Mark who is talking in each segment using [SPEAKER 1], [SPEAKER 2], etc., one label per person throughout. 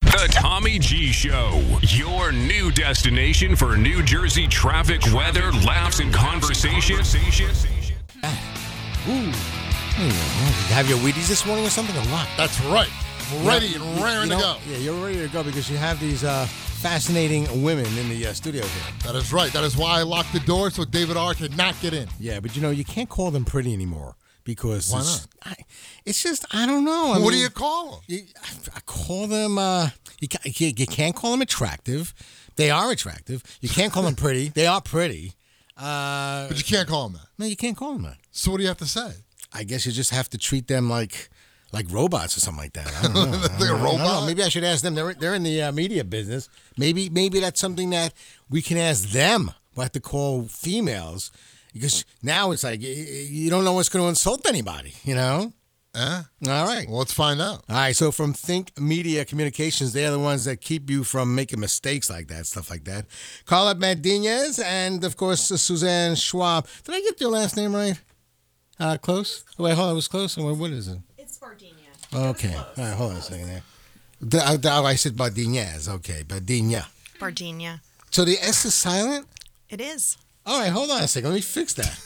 [SPEAKER 1] The Tommy G Show, your new destination for New Jersey traffic, weather, laughs, and conversation.
[SPEAKER 2] Ooh. Hey, you have your Wheaties this morning or something? A lot.
[SPEAKER 3] That's right. I'm ready
[SPEAKER 2] You know,
[SPEAKER 3] and raring
[SPEAKER 2] you
[SPEAKER 3] to
[SPEAKER 2] know-
[SPEAKER 3] go.
[SPEAKER 2] Yeah, you're ready to go because you have these uh, fascinating women in the uh, studio here.
[SPEAKER 3] That is right. That is why I locked the door so David R could not get in.
[SPEAKER 2] Yeah, but you know you can't call them pretty anymore because
[SPEAKER 3] Why
[SPEAKER 2] it's, I, it's just I don't know. I
[SPEAKER 3] what do
[SPEAKER 2] mean,
[SPEAKER 3] you call him?
[SPEAKER 2] you- I call them. Uh, you, ca- you you can't call them attractive. They are attractive. You can't call them pretty. They are pretty. Uh,
[SPEAKER 3] But you can't call him that.
[SPEAKER 2] no, you can't call them that.
[SPEAKER 3] So what do you have to say?
[SPEAKER 2] I guess you just have to treat them like like robots or something like that. I don't know. I don't know. I
[SPEAKER 3] Like a
[SPEAKER 2] don't know.
[SPEAKER 3] robot?
[SPEAKER 2] Maybe I should ask them. They're they're in the uh, media business. Maybe maybe that's something that we can ask them what to call females because now it's like y- y- you don't know what's going to insult anybody. You know.
[SPEAKER 3] Eh?
[SPEAKER 2] All right.
[SPEAKER 3] Well, let's find out.
[SPEAKER 2] All right, so from Think Media Communications, they're the ones that keep you from making mistakes like that, stuff like that. Carla Medinez and, of course, Suzanne Schwab. Did I get your last name right? Uh, close? Wait, hold on, it was close? Wait, What is it?
[SPEAKER 4] It's Sardinia.
[SPEAKER 2] Okay, all right, hold on a second there. D- I, d- oh, I said Badinez, okay, Badinha.
[SPEAKER 4] Sardinia.
[SPEAKER 2] So the S is silent?
[SPEAKER 4] It is.
[SPEAKER 2] All right, hold on a second, let me fix that.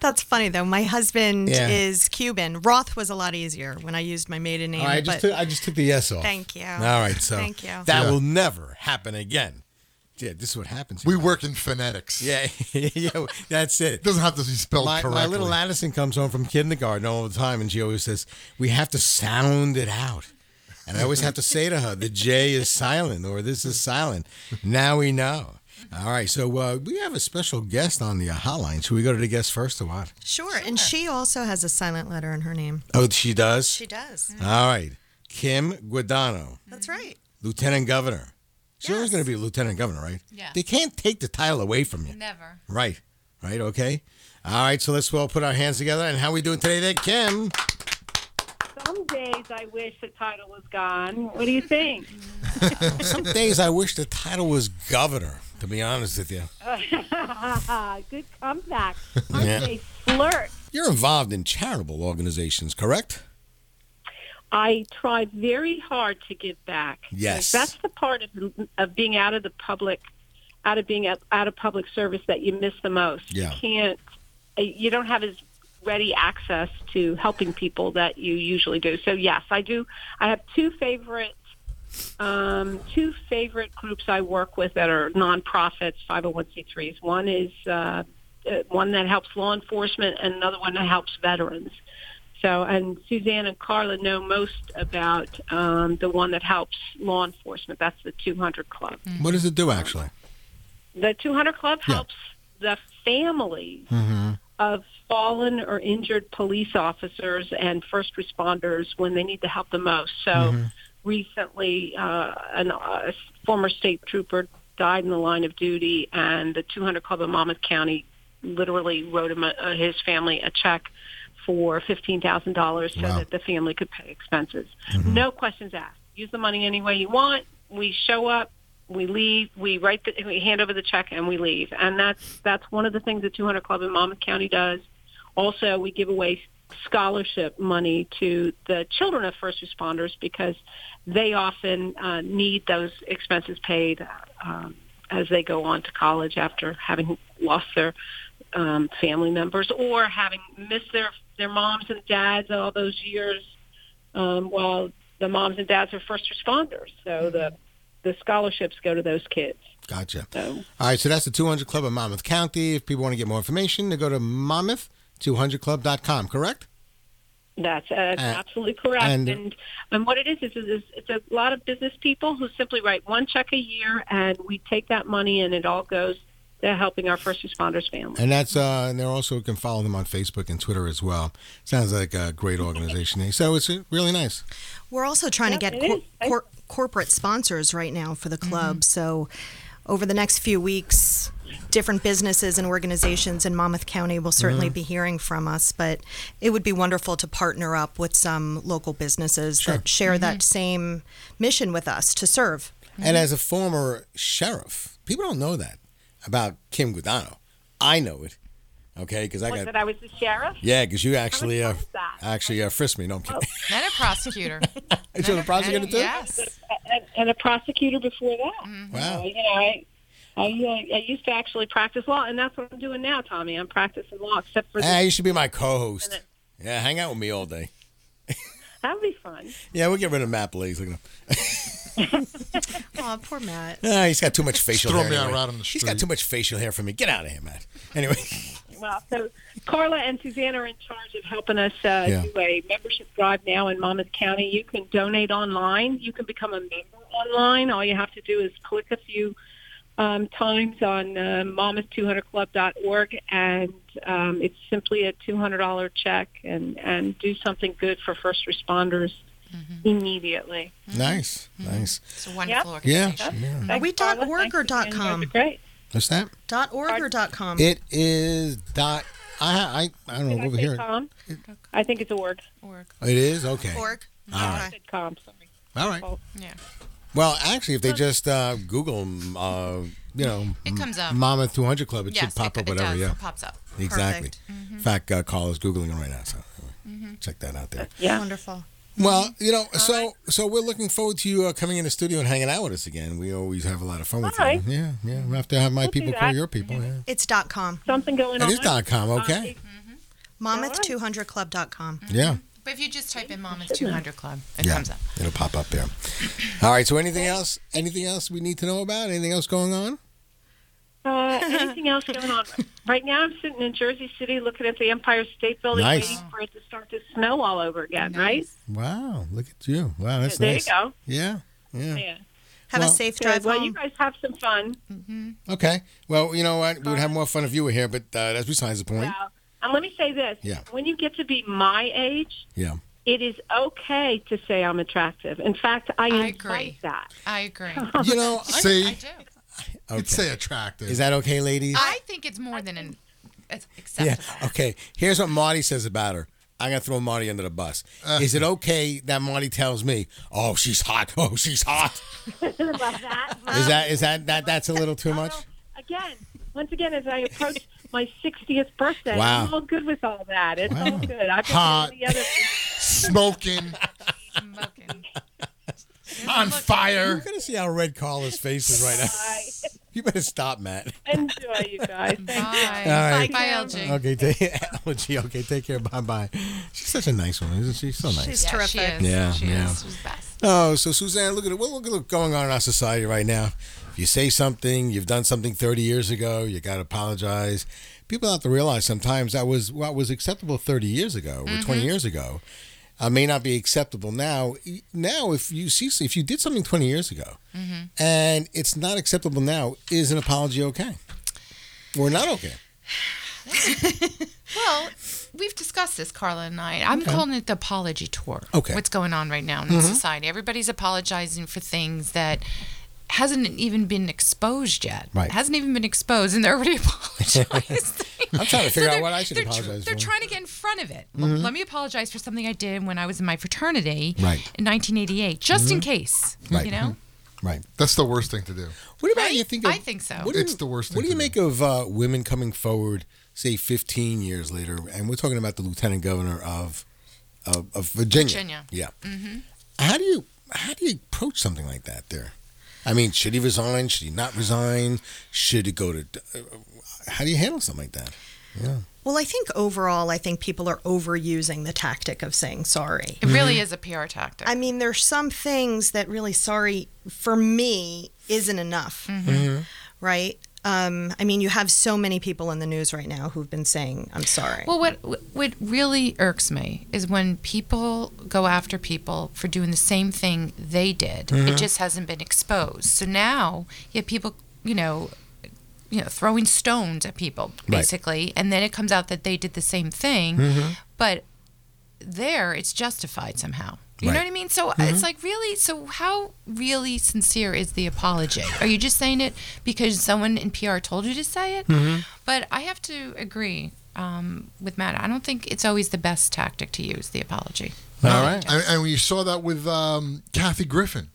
[SPEAKER 4] That's funny though. My husband
[SPEAKER 2] Yeah.
[SPEAKER 4] is Cuban. Roth was a lot easier when I used my maiden name.
[SPEAKER 2] All right, Oh, I just,
[SPEAKER 4] but
[SPEAKER 2] took, I just took the S off.
[SPEAKER 4] Thank you.
[SPEAKER 2] All right, so
[SPEAKER 4] Thank you.
[SPEAKER 2] that will never happen again. Yeah, this is what happens.
[SPEAKER 3] We
[SPEAKER 2] here.
[SPEAKER 3] work in phonetics.
[SPEAKER 2] Yeah, yeah, that's
[SPEAKER 3] It
[SPEAKER 2] it.
[SPEAKER 3] doesn't have to be spelled
[SPEAKER 2] My,
[SPEAKER 3] correctly.
[SPEAKER 2] my little Addison comes home from kindergarten all the time, and she always says, "We have to sound it out." And I always have to say to her, "The J is silent, or this is silent." Now we know. All right, so uh, we have a special guest on the uh, hotline. Should we go to the guest first or what?
[SPEAKER 4] sure. And she also has a silent letter in her name.
[SPEAKER 2] Oh, she does.
[SPEAKER 4] She does.
[SPEAKER 2] All right, Kim Guadano,
[SPEAKER 4] That's right.
[SPEAKER 2] Lieutenant Governor. She's always
[SPEAKER 5] Yes.
[SPEAKER 2] going to be Lieutenant Governor, right?
[SPEAKER 5] Yeah.
[SPEAKER 2] They can't take the title away from you.
[SPEAKER 5] Never.
[SPEAKER 2] Right. Right. Okay. All right. So let's all put our hands together. And how we doing today, then, Kim?
[SPEAKER 6] Some days I wish the title was gone. What do you think?
[SPEAKER 2] Some days I wish the title was governor. To be honest with you,
[SPEAKER 6] Good comeback. I
[SPEAKER 2] Yeah.
[SPEAKER 6] say flirt.
[SPEAKER 2] you're involved in charitable organizations, correct?
[SPEAKER 6] I try very hard to give back.
[SPEAKER 2] Yes.
[SPEAKER 6] That's the part of, of being out of the public, out of being out, out of public service that you miss the most.
[SPEAKER 2] Yeah.
[SPEAKER 6] You can't, uh, you don't have as ready access to helping people that you usually do. So yes, I do. I have two favorite um, two favorite groups I work with that are nonprofits, 501c3s. One is uh, uh, one that helps law enforcement, and another one that helps veterans. So, and Suzanne and Carla know most about um, the one that helps law enforcement. That's the 200 Club.
[SPEAKER 2] What does it do actually?
[SPEAKER 6] The 200 Club
[SPEAKER 2] Yeah. Mm-hmm.
[SPEAKER 6] helps the families of fallen or injured police officers and first responders when they need the help the most. So
[SPEAKER 2] Mm-hmm.
[SPEAKER 6] recently, uh, an, a former state trooper died in the line of duty, and the 200 Club of Monmouth County literally wrote him a, uh, his family a check for $15,000 so
[SPEAKER 2] Wow. Mm-hmm.
[SPEAKER 6] that the family could pay expenses. No questions asked. Use the money any way you want. We show up, we leave, we write the, we hand over the check and we leave. And that's that's one of the things the 200 Club in Monmouth County does. Also, we give away scholarship money to the children of first responders because they often uh, need those expenses paid um, as they go on to college after having lost their um, family members or having missed their their moms and dads all those years um, while the moms and dads are first responders. So the the scholarships go to those kids.
[SPEAKER 2] Gotcha.
[SPEAKER 6] So
[SPEAKER 2] All right. So that's the 200 Club of Monmouth County. If people want to get more information, they go to monmouth200club.com. Correct?
[SPEAKER 6] That's uh, absolutely correct.
[SPEAKER 2] and-
[SPEAKER 6] And, and what it is is, is it's a lot of business people who simply write one check a year, and we take that money and it all goes to helping our first responders families.
[SPEAKER 2] And that's uh, and they're also you can follow them on Facebook and Twitter as well. Sounds like a great organization. eh? So it's uh, really nice.
[SPEAKER 4] We're also trying
[SPEAKER 6] Yep,
[SPEAKER 4] to
[SPEAKER 6] it
[SPEAKER 4] get cor-
[SPEAKER 6] is. I- Mm-hmm.
[SPEAKER 4] cor- corporate sponsors right now for the club. So, over the next few weeks, different businesses and organizations in Monmouth County will certainly
[SPEAKER 6] Mm-hmm.
[SPEAKER 4] be hearing from us. But it would be wonderful to partner up with some local businesses that share
[SPEAKER 6] Mm-hmm.
[SPEAKER 4] that same mission with us to serve.
[SPEAKER 2] And as a former sheriff, people don't know that about Kim Gudano. I know it. Okay, because I
[SPEAKER 6] What,
[SPEAKER 2] got
[SPEAKER 6] that I was the sheriff?
[SPEAKER 2] yeah, because you actually uh,
[SPEAKER 6] fun is that? Oh,
[SPEAKER 2] actually uh, frisked me. No, I'm kidding.
[SPEAKER 5] Then a prosecutor.
[SPEAKER 2] Is you a prosecutor too?
[SPEAKER 5] Yes.
[SPEAKER 6] and, and a prosecutor before that.
[SPEAKER 2] Wow.
[SPEAKER 6] So, you know, I, I, uh, I used to actually practice law, and that's what I'm doing now, Tommy. I'm practicing law, except for
[SPEAKER 2] Ah,
[SPEAKER 6] this.
[SPEAKER 2] you should be my co-host. Yeah, hang out with me all day.
[SPEAKER 6] that'd be fun.
[SPEAKER 2] Yeah, we'll get rid of Matt Blaze. Look at him.
[SPEAKER 4] Oh, poor Matt.
[SPEAKER 2] Ah, he's got too much facial
[SPEAKER 3] throw
[SPEAKER 2] hair.
[SPEAKER 3] me out
[SPEAKER 2] anyway.
[SPEAKER 3] right on the
[SPEAKER 2] He's got too
[SPEAKER 3] street.
[SPEAKER 2] much facial hair for me. Get out of here, Matt. Anyway,
[SPEAKER 6] Mm-hmm. Well, so Carla and Suzanne are in charge of helping us uh,
[SPEAKER 2] Yeah.
[SPEAKER 6] do a membership drive now in Monmouth County. You can donate online. You can become a member online. All you have to do is click a few um, times on uh, monmouth200club.org, and um, it's simply a $200 check and, and do something good for first responders
[SPEAKER 4] Mm-hmm.
[SPEAKER 6] immediately.
[SPEAKER 2] nice,
[SPEAKER 6] Mm-hmm.
[SPEAKER 2] nice.
[SPEAKER 5] It's a wonderful
[SPEAKER 2] Yeah,
[SPEAKER 5] organization.
[SPEAKER 2] yeah.
[SPEAKER 6] Thanks,
[SPEAKER 4] we dot
[SPEAKER 6] Carla.
[SPEAKER 4] org or
[SPEAKER 6] Thanks, Suzanne.
[SPEAKER 4] dot com?
[SPEAKER 6] You guys are Great.
[SPEAKER 2] What's that?
[SPEAKER 4] Dot org or dot com?
[SPEAKER 2] It is dot. I I I don't know
[SPEAKER 6] Did I
[SPEAKER 2] Oh, over
[SPEAKER 6] say
[SPEAKER 2] here.
[SPEAKER 6] com? I think it's a org.
[SPEAKER 5] Org.
[SPEAKER 2] It is okay.
[SPEAKER 5] Org.
[SPEAKER 6] I
[SPEAKER 5] Okay.
[SPEAKER 6] said com, sorry.
[SPEAKER 2] All right.
[SPEAKER 6] Oh.
[SPEAKER 5] Yeah.
[SPEAKER 2] Well, actually, if they just uh, Google, uh, you know,
[SPEAKER 5] It comes up.
[SPEAKER 2] Mama 200 Club, it
[SPEAKER 5] Yes,
[SPEAKER 2] should pop
[SPEAKER 5] it,
[SPEAKER 2] up.
[SPEAKER 5] it
[SPEAKER 2] Whatever.
[SPEAKER 5] does.
[SPEAKER 2] Yeah.
[SPEAKER 5] It pops up.
[SPEAKER 2] Exactly.
[SPEAKER 4] Perfect.
[SPEAKER 2] In fact, uh, Carla's googling it right now, so anyway, check that out there.
[SPEAKER 6] Yeah.
[SPEAKER 4] Wonderful.
[SPEAKER 2] Well, you know, so so we're looking forward to you uh, coming in the studio and hanging out with us again. We always have a lot of fun with
[SPEAKER 6] All
[SPEAKER 2] you.
[SPEAKER 6] right.
[SPEAKER 2] Yeah, yeah. We have to have my
[SPEAKER 6] We'll do
[SPEAKER 2] people call
[SPEAKER 6] that. Mm-hmm.
[SPEAKER 2] your people. Yeah.
[SPEAKER 4] It's dot com.
[SPEAKER 6] Something going
[SPEAKER 2] It
[SPEAKER 6] on. Uh,
[SPEAKER 2] is dot com. Okay.
[SPEAKER 4] Monmouth200club.com.
[SPEAKER 6] Mm-hmm.
[SPEAKER 2] Yeah.
[SPEAKER 5] But if you just type in Mama's 200 Club, it
[SPEAKER 2] Yeah.
[SPEAKER 5] comes up.
[SPEAKER 2] It'll pop up there. All right. So anything else? Anything else we need to know about? Anything else going on?
[SPEAKER 6] Uh, anything else going on? Right now, I'm sitting in Jersey City looking at the Empire State Building,
[SPEAKER 2] Nice.
[SPEAKER 6] waiting for it to start to snow all over again. Right?
[SPEAKER 2] Wow. Look at you. Wow. That's
[SPEAKER 6] there
[SPEAKER 2] nice.
[SPEAKER 6] you go.
[SPEAKER 2] Yeah. Yeah.
[SPEAKER 6] Yeah.
[SPEAKER 4] Have
[SPEAKER 2] Well-
[SPEAKER 4] a safe
[SPEAKER 6] Good.
[SPEAKER 4] drive
[SPEAKER 6] Well,
[SPEAKER 4] home.
[SPEAKER 6] you guys have some fun.
[SPEAKER 2] Okay. Well, you know what? We would have more fun if you were here, but uh, that's besides the point.
[SPEAKER 6] Wow. And let me say this:
[SPEAKER 2] Yeah.
[SPEAKER 6] when you get to be my age,
[SPEAKER 2] Yeah.
[SPEAKER 6] it is okay to say I'm attractive. In fact, I, invite
[SPEAKER 5] agree.
[SPEAKER 6] that.
[SPEAKER 5] I agree.
[SPEAKER 2] You know, I,
[SPEAKER 3] See,
[SPEAKER 5] I do.
[SPEAKER 2] okay.
[SPEAKER 3] you'd say attractive.
[SPEAKER 2] is that okay, ladies?
[SPEAKER 5] I think it's more than an, it's
[SPEAKER 2] Yeah.
[SPEAKER 5] acceptable.
[SPEAKER 2] Okay. Here's what Marty says about her. I'm gonna throw Marty under the bus. Is it okay that Marty tells me, "Oh, she's hot. Oh, she's hot."
[SPEAKER 6] Love that.
[SPEAKER 2] Is that is that that that's a little too much?
[SPEAKER 6] Again, once again, as I approach my 60th birthday,
[SPEAKER 2] Wow.
[SPEAKER 6] I'm all good with all that. It's
[SPEAKER 2] Wow.
[SPEAKER 6] all good. I've been
[SPEAKER 3] Hot.
[SPEAKER 6] doing the other.
[SPEAKER 3] Smoking,
[SPEAKER 5] Smoking.
[SPEAKER 3] on fire.
[SPEAKER 2] You're gonna see how red Carla's face is right now.
[SPEAKER 6] I
[SPEAKER 2] You better stop, Matt.
[SPEAKER 6] enjoy you guys. Thank you.
[SPEAKER 5] Bye.
[SPEAKER 2] All right.
[SPEAKER 5] Bye, LG.
[SPEAKER 2] Okay. Take, LG, okay. Take care. Bye bye. She's such a nice one, isn't she? So nice.
[SPEAKER 4] She's
[SPEAKER 5] Yeah,
[SPEAKER 4] terrific.
[SPEAKER 5] she is.
[SPEAKER 2] Yeah,
[SPEAKER 5] she
[SPEAKER 2] yeah.
[SPEAKER 5] is. She's the best.
[SPEAKER 2] Oh, so Suzanne, look at it. Well, look at going on in our society right now. If you say something, you've done something 30 years ago, you got to apologize. People have to realize sometimes that was what was acceptable 30 years ago or 20 years ago. Uh, may not be acceptable now. E- Now, if you see, if you did something 20 years ago and it's not acceptable now, is an apology okay? Or not okay?
[SPEAKER 5] Well, we've discussed this, Carla and I. I'm calling it the apology tour.
[SPEAKER 2] Okay. Mm-hmm.
[SPEAKER 5] What's going on right now in society? Everybody's apologizing for things that hasn't even been exposed yet.
[SPEAKER 2] Right.
[SPEAKER 5] Hasn't even been exposed, and they're already apologizing.
[SPEAKER 2] I'm trying to figure out
[SPEAKER 5] they're-
[SPEAKER 2] what I should
[SPEAKER 5] they're tr-
[SPEAKER 2] apologize
[SPEAKER 5] They're
[SPEAKER 2] for. Mm-hmm.
[SPEAKER 5] trying to get in front of it. Well, let me apologize for something I did when I was in my fraternity
[SPEAKER 2] Right. Mm-hmm.
[SPEAKER 5] in 1988, just in case.
[SPEAKER 2] Right. Mm-hmm.
[SPEAKER 5] You know?
[SPEAKER 2] right.
[SPEAKER 3] That's the worst thing to do.
[SPEAKER 2] What about
[SPEAKER 5] Right?
[SPEAKER 2] you think? Of,
[SPEAKER 5] I think so.
[SPEAKER 2] What do you,
[SPEAKER 3] It's the worst
[SPEAKER 2] What
[SPEAKER 3] thing
[SPEAKER 2] do you
[SPEAKER 3] to
[SPEAKER 2] make of uh, women coming forward, say, 15 years later? And we're talking about the lieutenant governor of of, of Virginia.
[SPEAKER 5] Virginia.
[SPEAKER 2] Yeah. Mm-hmm. How do you how do you approach something like that? There, I mean, should he resign? Should he not resign? Should it go to? uh, How do you handle something like that?
[SPEAKER 4] Well, I think overall, I think people are overusing the tactic of saying sorry.
[SPEAKER 5] It really
[SPEAKER 2] Mm-hmm.
[SPEAKER 5] is a PR tactic.
[SPEAKER 4] I mean, there's some things that really sorry for me isn't enough,
[SPEAKER 5] Mm-hmm.
[SPEAKER 4] Mm-hmm. right? Um, I mean, you have so many people in the news right now who've been saying, I'm sorry.
[SPEAKER 5] Well, what what really irks me is when people go after people for doing the same thing they did. It just hasn't been exposed. So now you have people, you know, you know, throwing stones at people basically, and then it comes out that they did the same thing, but there it's justified somehow. You know
[SPEAKER 2] Right.
[SPEAKER 5] what I mean? So
[SPEAKER 3] Mm-hmm.
[SPEAKER 5] it's like really. So how really sincere is the apology? Are you just saying it because someone in PR told you to say it?
[SPEAKER 3] Mm-hmm.
[SPEAKER 5] But I have to agree um, with Matt. I don't think it's always the best tactic to use the apology.
[SPEAKER 2] All right.
[SPEAKER 3] And, and we saw that with um, Kathy Griffin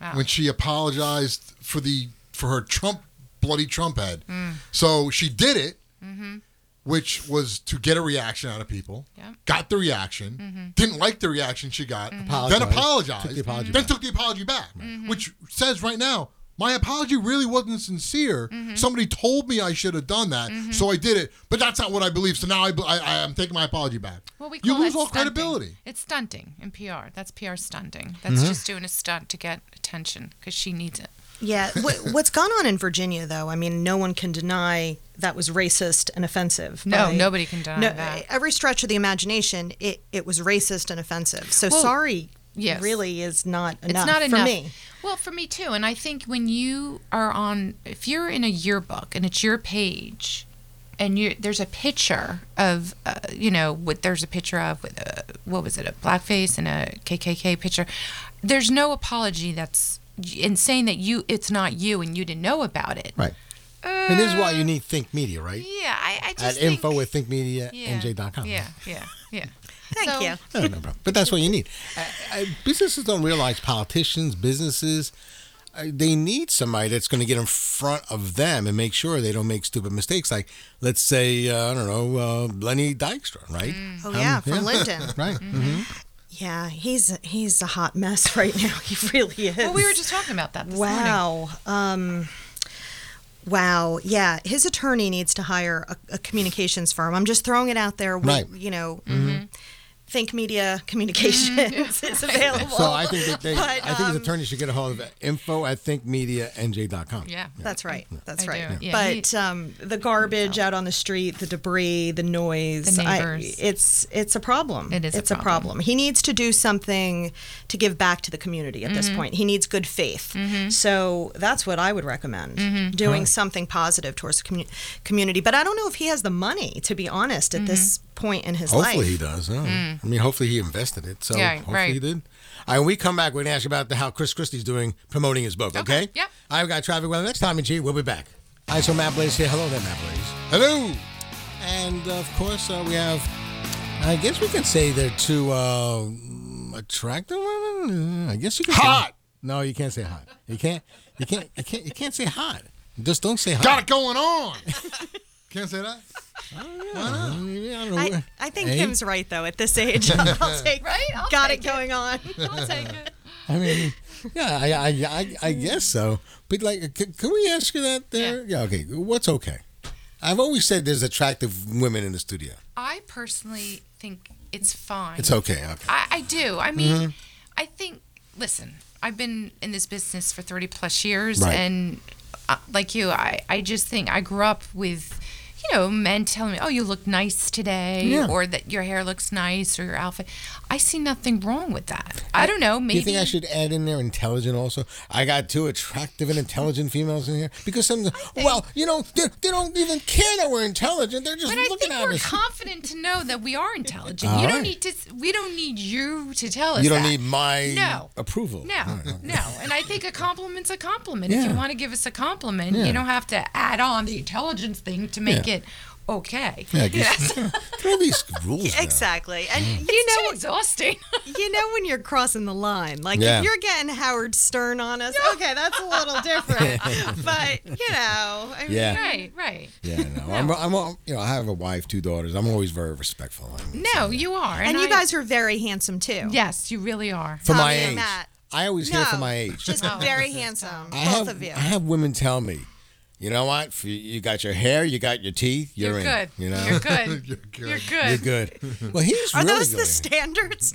[SPEAKER 5] Wow.
[SPEAKER 3] when she apologized
[SPEAKER 5] Mm. Mm-hmm.
[SPEAKER 3] for the for her Trump bloody Trump head. So she did it, which was to get a reaction out of people.
[SPEAKER 5] Yeah.
[SPEAKER 3] Got the reaction.
[SPEAKER 5] Mm-hmm.
[SPEAKER 3] Didn't like the reaction she got. Then
[SPEAKER 2] Apologized.
[SPEAKER 3] apologized.
[SPEAKER 2] Took the apology
[SPEAKER 3] then
[SPEAKER 2] back.
[SPEAKER 3] took the apology back,
[SPEAKER 5] Mm-hmm.
[SPEAKER 3] which says right now. My apology really wasn't sincere.
[SPEAKER 5] Mm-hmm.
[SPEAKER 3] Somebody told me I should have done that, so I did it. But that's not what I believe. So now I, I, I am taking my apology back.
[SPEAKER 5] Well, we
[SPEAKER 3] you
[SPEAKER 5] call
[SPEAKER 3] lose
[SPEAKER 5] that
[SPEAKER 3] all
[SPEAKER 5] stunting.
[SPEAKER 3] credibility. Mm-hmm.
[SPEAKER 5] It's stunting in PR. That's PR stunting. That's just doing a stunt to get attention because she needs it.
[SPEAKER 4] Yeah. What, what's gone on in Virginia, though, I mean, no one can deny that was racist and offensive.
[SPEAKER 5] No,
[SPEAKER 4] by-
[SPEAKER 5] nobody can deny
[SPEAKER 4] No,
[SPEAKER 5] that.
[SPEAKER 4] Every stretch of the imagination, it, it was racist and offensive. So
[SPEAKER 5] Well,
[SPEAKER 4] sorry
[SPEAKER 5] yes.
[SPEAKER 4] really is not enough
[SPEAKER 5] it's not
[SPEAKER 4] for
[SPEAKER 5] enough.
[SPEAKER 4] me.
[SPEAKER 5] Well, for me too. And I think when you are on, if you're in a yearbook and it's your page, and you there's a picture of, uh, you know, what there's a picture of with a, what was it, a blackface and a KKK picture. There's no apology that's in saying that you it's not you and you didn't know about it.
[SPEAKER 2] Right. and this is why you need Think Media, right?
[SPEAKER 5] Yeah, I, I just
[SPEAKER 2] At
[SPEAKER 5] think,
[SPEAKER 2] info at thinkmedianj.com.
[SPEAKER 5] yeah, Yeah, yeah, yeah.
[SPEAKER 4] Thank
[SPEAKER 5] So-
[SPEAKER 4] you.
[SPEAKER 2] No, no problem. But that's what you need. Uh, uh, businesses don't realize politicians, businesses, uh, they need somebody that's going to get in front of them and make sure they don't make stupid mistakes. Like, let's say, uh, I don't know, uh, Lenny Dykstra, right?
[SPEAKER 4] Oh, yeah, from
[SPEAKER 2] yeah.
[SPEAKER 4] Linden. Mm-hmm.
[SPEAKER 2] Right. mm-hmm.
[SPEAKER 4] Yeah, he's he's a hot mess right now. He really is.
[SPEAKER 5] Well, we were just talking about that this morning.
[SPEAKER 4] wow. Um, wow. Yeah, his attorney needs to hire a, a communications firm. I'm just throwing it out there. We,
[SPEAKER 2] Right.
[SPEAKER 4] You know,
[SPEAKER 5] Mm-hmm.
[SPEAKER 4] Think Media Communications is available.
[SPEAKER 2] So I think that they,
[SPEAKER 4] But,
[SPEAKER 2] I think
[SPEAKER 5] um,
[SPEAKER 2] his attorney should get a hold of info at thinkmedianj.com.
[SPEAKER 5] Yeah.
[SPEAKER 4] That's right. That's
[SPEAKER 5] I
[SPEAKER 4] right.
[SPEAKER 5] do. Yeah,
[SPEAKER 4] but
[SPEAKER 5] he-
[SPEAKER 4] um, the garbage out on the street, the debris, the noise,
[SPEAKER 5] The
[SPEAKER 4] I-
[SPEAKER 5] neighbors.
[SPEAKER 4] it's it's a problem.
[SPEAKER 5] It is a
[SPEAKER 4] It's a problem.
[SPEAKER 5] problem.
[SPEAKER 4] He needs to do something to give back to the community at this
[SPEAKER 5] Mm-hmm.
[SPEAKER 4] point. He needs good faith. So that's what I would recommend
[SPEAKER 5] Mm-hmm.
[SPEAKER 4] doing something positive towards the commu- community. But I don't know if he has the money, to be honest, at this
[SPEAKER 5] Mm-hmm.
[SPEAKER 4] point in his
[SPEAKER 2] Hopefully
[SPEAKER 4] life.
[SPEAKER 2] he does. huh? I mean, hopefully he invested it. So
[SPEAKER 5] Yeah,
[SPEAKER 2] hopefully
[SPEAKER 5] right.
[SPEAKER 2] he did. All right, when we come back, we're going to ask you about the, how Chris Christie's doing promoting his book, okay?
[SPEAKER 5] Okay, yep.
[SPEAKER 2] I've got traffic weather next time, and G, we'll be back. All right, so Matt Blaze here. Hello there, Matt Blaze.
[SPEAKER 3] Hello.
[SPEAKER 2] And of course, uh, we have, I guess we can say they're two uh, attractive women. I guess you can Say,
[SPEAKER 3] Hot.
[SPEAKER 2] no, you can't say hot. You can't, you can't, you can't, you can't say hot. Just don't say hot.
[SPEAKER 3] Got it going on. Can't say that. Uh-huh.
[SPEAKER 2] I mean, I don't know.
[SPEAKER 4] I, I think
[SPEAKER 2] Hey?
[SPEAKER 4] Kim's right though. At this age, I'll take
[SPEAKER 5] Right? I'll
[SPEAKER 4] got
[SPEAKER 5] take
[SPEAKER 4] it going on.
[SPEAKER 5] I'll take it.
[SPEAKER 2] I mean, yeah, I, I, I, I guess so. But like, can, can we ask you that there? Yeah. Okay. What's okay? I've always said there's attractive women in the studio.
[SPEAKER 5] I personally think it's fine.
[SPEAKER 2] It's okay. Okay.
[SPEAKER 5] I, I do. I mean,
[SPEAKER 2] Mm-hmm.
[SPEAKER 5] I think. Listen, I've been in this business for thirty plus years,
[SPEAKER 2] Right.
[SPEAKER 5] and uh, like you, I I just think I grew up with. You know, men telling me, "Oh, you look nice today,"
[SPEAKER 2] Yeah.
[SPEAKER 5] or that your hair looks nice, or your outfit. I see nothing wrong with that. I, don't know.
[SPEAKER 2] Do
[SPEAKER 5] Maybe
[SPEAKER 2] you think I should add in there intelligent also? I got two attractive and intelligent females in here because some. Well, you know, they, they don't even care that we're intelligent. They're just
[SPEAKER 5] But I
[SPEAKER 2] looking
[SPEAKER 5] think
[SPEAKER 2] at
[SPEAKER 5] we're
[SPEAKER 2] us.
[SPEAKER 5] confident to know that we are intelligent.
[SPEAKER 2] All
[SPEAKER 5] you don't
[SPEAKER 2] right.
[SPEAKER 5] need to. s- We don't need you to tell us.
[SPEAKER 2] you don't
[SPEAKER 5] that.
[SPEAKER 2] need my
[SPEAKER 5] No.
[SPEAKER 2] approval.
[SPEAKER 5] No, no. And I think a compliment's a compliment. If
[SPEAKER 2] Yeah.
[SPEAKER 5] you want to give us a compliment,
[SPEAKER 2] Yeah.
[SPEAKER 5] you don't have to add on the intelligence thing to make it okay.
[SPEAKER 2] Yeah, I guess. Throw these rules. now.
[SPEAKER 4] Exactly. And you
[SPEAKER 5] It's
[SPEAKER 4] know,
[SPEAKER 5] too exhausting.
[SPEAKER 4] you know when you're crossing the line. Like
[SPEAKER 2] Yeah.
[SPEAKER 4] if you're getting Howard Stern on us, okay, that's a little different. but you know, I mean,
[SPEAKER 2] Yeah.
[SPEAKER 5] right, right.
[SPEAKER 2] Yeah, no, I'm, I'm, I'm, you know, I have a wife, two daughters. I'm always very respectful. I mean,
[SPEAKER 5] No, you are.
[SPEAKER 4] and you
[SPEAKER 5] I-
[SPEAKER 4] guys are very handsome too.
[SPEAKER 5] Yes, you really are.
[SPEAKER 2] for my
[SPEAKER 4] Tommy and
[SPEAKER 2] age,
[SPEAKER 4] Matt.
[SPEAKER 2] I always hear for my age.
[SPEAKER 4] Just very handsome,
[SPEAKER 2] I
[SPEAKER 4] both
[SPEAKER 2] have,
[SPEAKER 4] of you.
[SPEAKER 2] I have women tell me, you know what? F- You got your hair, you got your teeth, you're,
[SPEAKER 5] You're
[SPEAKER 2] in.
[SPEAKER 5] good.
[SPEAKER 2] You know,
[SPEAKER 5] You're good. You're
[SPEAKER 3] good.
[SPEAKER 5] You're
[SPEAKER 2] You're
[SPEAKER 5] good.
[SPEAKER 2] good. Well, he's
[SPEAKER 4] Are
[SPEAKER 2] really
[SPEAKER 4] those the
[SPEAKER 2] good.
[SPEAKER 4] standards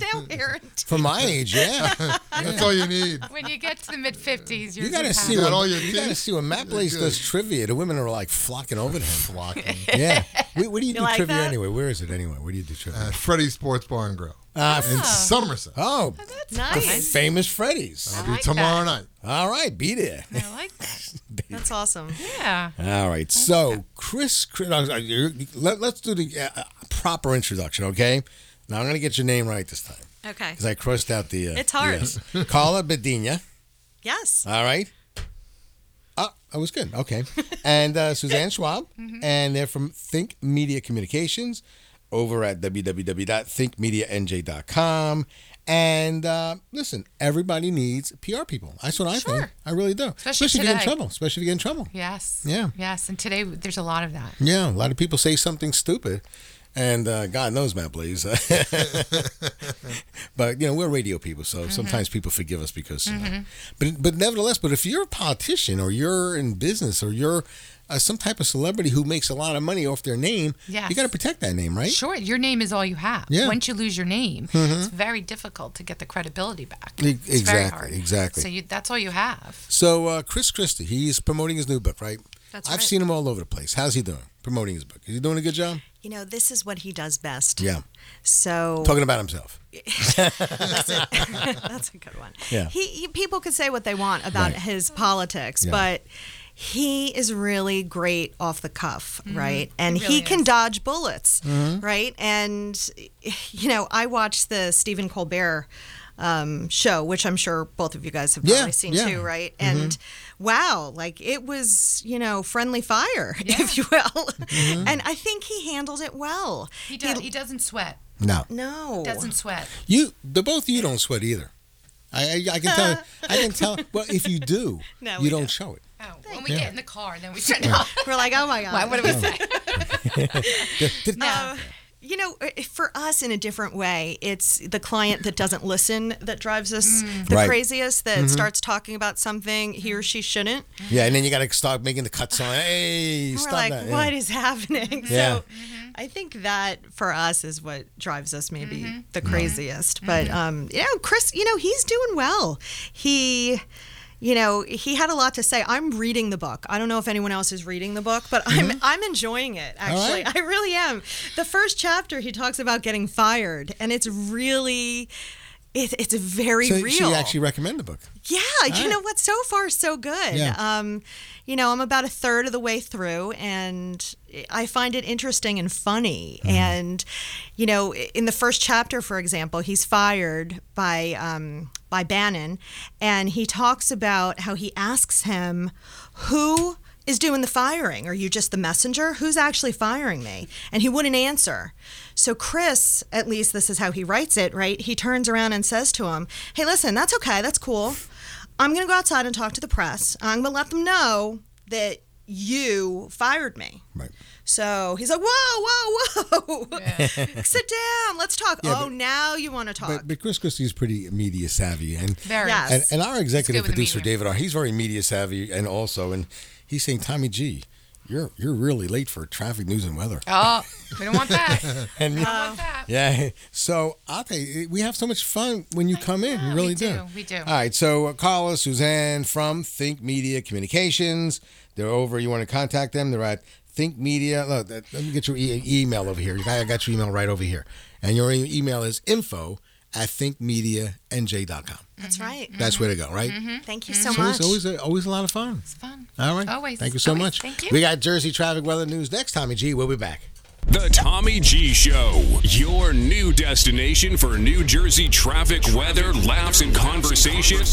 [SPEAKER 4] now, Aaron?
[SPEAKER 2] for my age, yeah.
[SPEAKER 3] That's all you need.
[SPEAKER 5] When you get to the mid 50s, you're
[SPEAKER 2] You gotta see
[SPEAKER 3] You got
[SPEAKER 2] what
[SPEAKER 3] all your
[SPEAKER 2] you gotta
[SPEAKER 3] teeth?
[SPEAKER 2] see what Matt Blaze
[SPEAKER 3] good.
[SPEAKER 2] does trivia. The women are like flocking over to him. Flocking. Yeah. Where, where do you, do
[SPEAKER 4] like
[SPEAKER 2] trivia
[SPEAKER 4] that?
[SPEAKER 2] anyway? Where is it anyway? Where do you do trivia?
[SPEAKER 3] At Freddy's Sports Bar and Grill
[SPEAKER 2] Uh,
[SPEAKER 3] in Somerset.
[SPEAKER 2] oh, the
[SPEAKER 4] Nice.
[SPEAKER 2] famous Freddy's.
[SPEAKER 3] I'll be
[SPEAKER 5] like
[SPEAKER 3] tomorrow night.
[SPEAKER 2] All right, be there.
[SPEAKER 5] I like that.
[SPEAKER 4] That's awesome.
[SPEAKER 5] Yeah.
[SPEAKER 2] All right. So, Chris, Chris uh, you- let, us do the uh, proper introduction, okay? Now, I'm going to get your name right this time
[SPEAKER 4] Okay.
[SPEAKER 2] because I crossed out the. Uh,
[SPEAKER 4] It's hard.
[SPEAKER 2] yes. Carla Bedina.
[SPEAKER 4] Yes.
[SPEAKER 2] All right. Oh, I was good. Okay. And uh, Suzanne Schwab.
[SPEAKER 5] Mm-hmm.
[SPEAKER 2] And they're from Think Media Communications over at www.thinkmedianj.com. And uh, listen, everybody needs PR people. That's what I think.
[SPEAKER 5] Sure.
[SPEAKER 2] I really do.
[SPEAKER 5] Especially
[SPEAKER 2] if you get in
[SPEAKER 5] today.
[SPEAKER 2] trouble. Especially if you get in trouble.
[SPEAKER 5] Yes.
[SPEAKER 2] Yeah.
[SPEAKER 5] Yes. And today there's a lot of that.
[SPEAKER 2] Yeah, a lot of people say something stupid, and uh, God knows, Matt, please. but you know, we're radio people, so sometimes people forgive us because. You know. But but nevertheless, but if you're a politician or you're in business or you're uh, some type of celebrity who makes a lot of money off their name,
[SPEAKER 5] Yes.
[SPEAKER 2] you got to protect that name, right?
[SPEAKER 5] Sure. Your name is all you have.
[SPEAKER 2] Yeah. Mm-hmm.
[SPEAKER 5] Once you lose your name, it's very difficult to get the credibility back.
[SPEAKER 2] E-
[SPEAKER 5] It's very
[SPEAKER 2] exactly,
[SPEAKER 5] hard.
[SPEAKER 2] exactly.
[SPEAKER 5] So you, that's all you have.
[SPEAKER 2] So uh, Chris Christie, he's promoting his new book, right?
[SPEAKER 4] That's
[SPEAKER 2] I've
[SPEAKER 4] right.
[SPEAKER 2] seen him all over the place. How's he doing? Promoting his book. Is he doing a good job?
[SPEAKER 4] You know, this is what he does best.
[SPEAKER 2] Yeah.
[SPEAKER 4] So
[SPEAKER 2] Talking about himself.
[SPEAKER 4] That's a good one.
[SPEAKER 2] Yeah.
[SPEAKER 4] He, he people could say what they want about
[SPEAKER 2] Right.
[SPEAKER 4] his politics,
[SPEAKER 2] Yeah.
[SPEAKER 4] but he is really great off the cuff, right? And he,
[SPEAKER 5] Mm-hmm. really
[SPEAKER 4] can
[SPEAKER 5] is.
[SPEAKER 4] dodge bullets,
[SPEAKER 2] Mm-hmm.
[SPEAKER 4] right? And you know, I watched the Stephen Colbert um, show, which I'm sure both of you guys have
[SPEAKER 2] Yeah,
[SPEAKER 4] probably seen
[SPEAKER 2] yeah. Mm-hmm.
[SPEAKER 4] too, right? And wow, like it was, you know, friendly fire, if you will.
[SPEAKER 2] Mm-hmm.
[SPEAKER 4] And I think he handled it well.
[SPEAKER 5] He, does, he doesn't sweat.
[SPEAKER 2] No.
[SPEAKER 4] No.
[SPEAKER 5] Doesn't sweat.
[SPEAKER 2] You, the both of you don't sweat either. I, I, I can tell. I can tell. Well, if you do,
[SPEAKER 4] No,
[SPEAKER 2] you
[SPEAKER 4] we
[SPEAKER 2] don't
[SPEAKER 4] don't.
[SPEAKER 2] show it.
[SPEAKER 5] Oh, when we get in the car, then we turn it off.
[SPEAKER 4] We're like, oh my god.
[SPEAKER 5] Why? What do we say? Um,
[SPEAKER 4] Uh, you know, i- for us in a different way, it's the client that doesn't listen that drives us the
[SPEAKER 2] Right.
[SPEAKER 4] craziest, that starts talking about something he or she shouldn't.
[SPEAKER 2] Yeah, and then you got to start making the cuts on. Hey,
[SPEAKER 4] We're
[SPEAKER 2] stop
[SPEAKER 4] like,
[SPEAKER 2] that.
[SPEAKER 4] what
[SPEAKER 2] yeah.
[SPEAKER 4] is happening?
[SPEAKER 2] Yeah. Mm-hmm.
[SPEAKER 4] So I think that for us is what drives us maybe the
[SPEAKER 2] Mm-hmm.
[SPEAKER 4] craziest. But, um, you know, Chris, you know, he's doing well. He. You know, he had a lot to say. I'm reading the book. I don't know if anyone else is reading the book, but I'm I'm enjoying it actually.
[SPEAKER 2] Mm-hmm. right.
[SPEAKER 4] I really am. The first chapter he talks about getting fired and it's really it, it's very
[SPEAKER 2] so
[SPEAKER 4] real.
[SPEAKER 2] she actually recommended the book.
[SPEAKER 4] Yeah, you know what? So far, so good.
[SPEAKER 2] Yeah.
[SPEAKER 4] Um, you know, I'm about a third of the way through, and I find it interesting and funny. And you know, in the first chapter, for example, he's fired by um, by Bannon, and he talks about how he asks him who is doing the firing? Are you just the messenger? Who's actually firing me? And he wouldn't answer. So Chris, at least this is how he writes it, right? He turns around and says to him, Hey, listen, that's okay. That's cool. I'm going to go outside and talk to the press. I'm going to let them know that you fired me.
[SPEAKER 2] Right.
[SPEAKER 4] So he's like, Whoa, whoa, whoa. Sit down. Let's talk. oh, now you want to talk.
[SPEAKER 2] But, but Chris Christie's pretty media savvy, and
[SPEAKER 5] Very.
[SPEAKER 4] Yes.
[SPEAKER 2] and, and our executive
[SPEAKER 5] with the
[SPEAKER 2] producer
[SPEAKER 5] media.
[SPEAKER 2] David R. He's very media savvy, and also, and he's saying, Tommy G, you're you're really late for traffic news and weather.
[SPEAKER 5] Oh, we don't want that.
[SPEAKER 2] And
[SPEAKER 5] We don't want that.
[SPEAKER 2] Yeah. So I'll tell you, we have so much fun when you come in. We really
[SPEAKER 5] we
[SPEAKER 2] do.
[SPEAKER 5] do, we do.
[SPEAKER 2] All right. So uh, call us, Suzanne from Think Media Communications. They're over. You want to contact them? They're at Think Media. Look, that- let me get your e- email over here. I got your email right over here. And your e- email is info at thinkmedianj.com.
[SPEAKER 4] that's right.
[SPEAKER 2] That's where to go, right?
[SPEAKER 5] Mm-hmm.
[SPEAKER 4] Thank you so
[SPEAKER 2] So
[SPEAKER 4] much.
[SPEAKER 2] it's always a, always a lot of fun.
[SPEAKER 5] It's fun.
[SPEAKER 2] All right.
[SPEAKER 5] Always.
[SPEAKER 2] Thank you so
[SPEAKER 5] Always.
[SPEAKER 2] much.
[SPEAKER 5] Thank you.
[SPEAKER 2] We got Jersey traffic weather news next. Tommy G. We'll be back.
[SPEAKER 1] The Tommy G Show, your new destination for New Jersey traffic, weather, laughs, and conversation.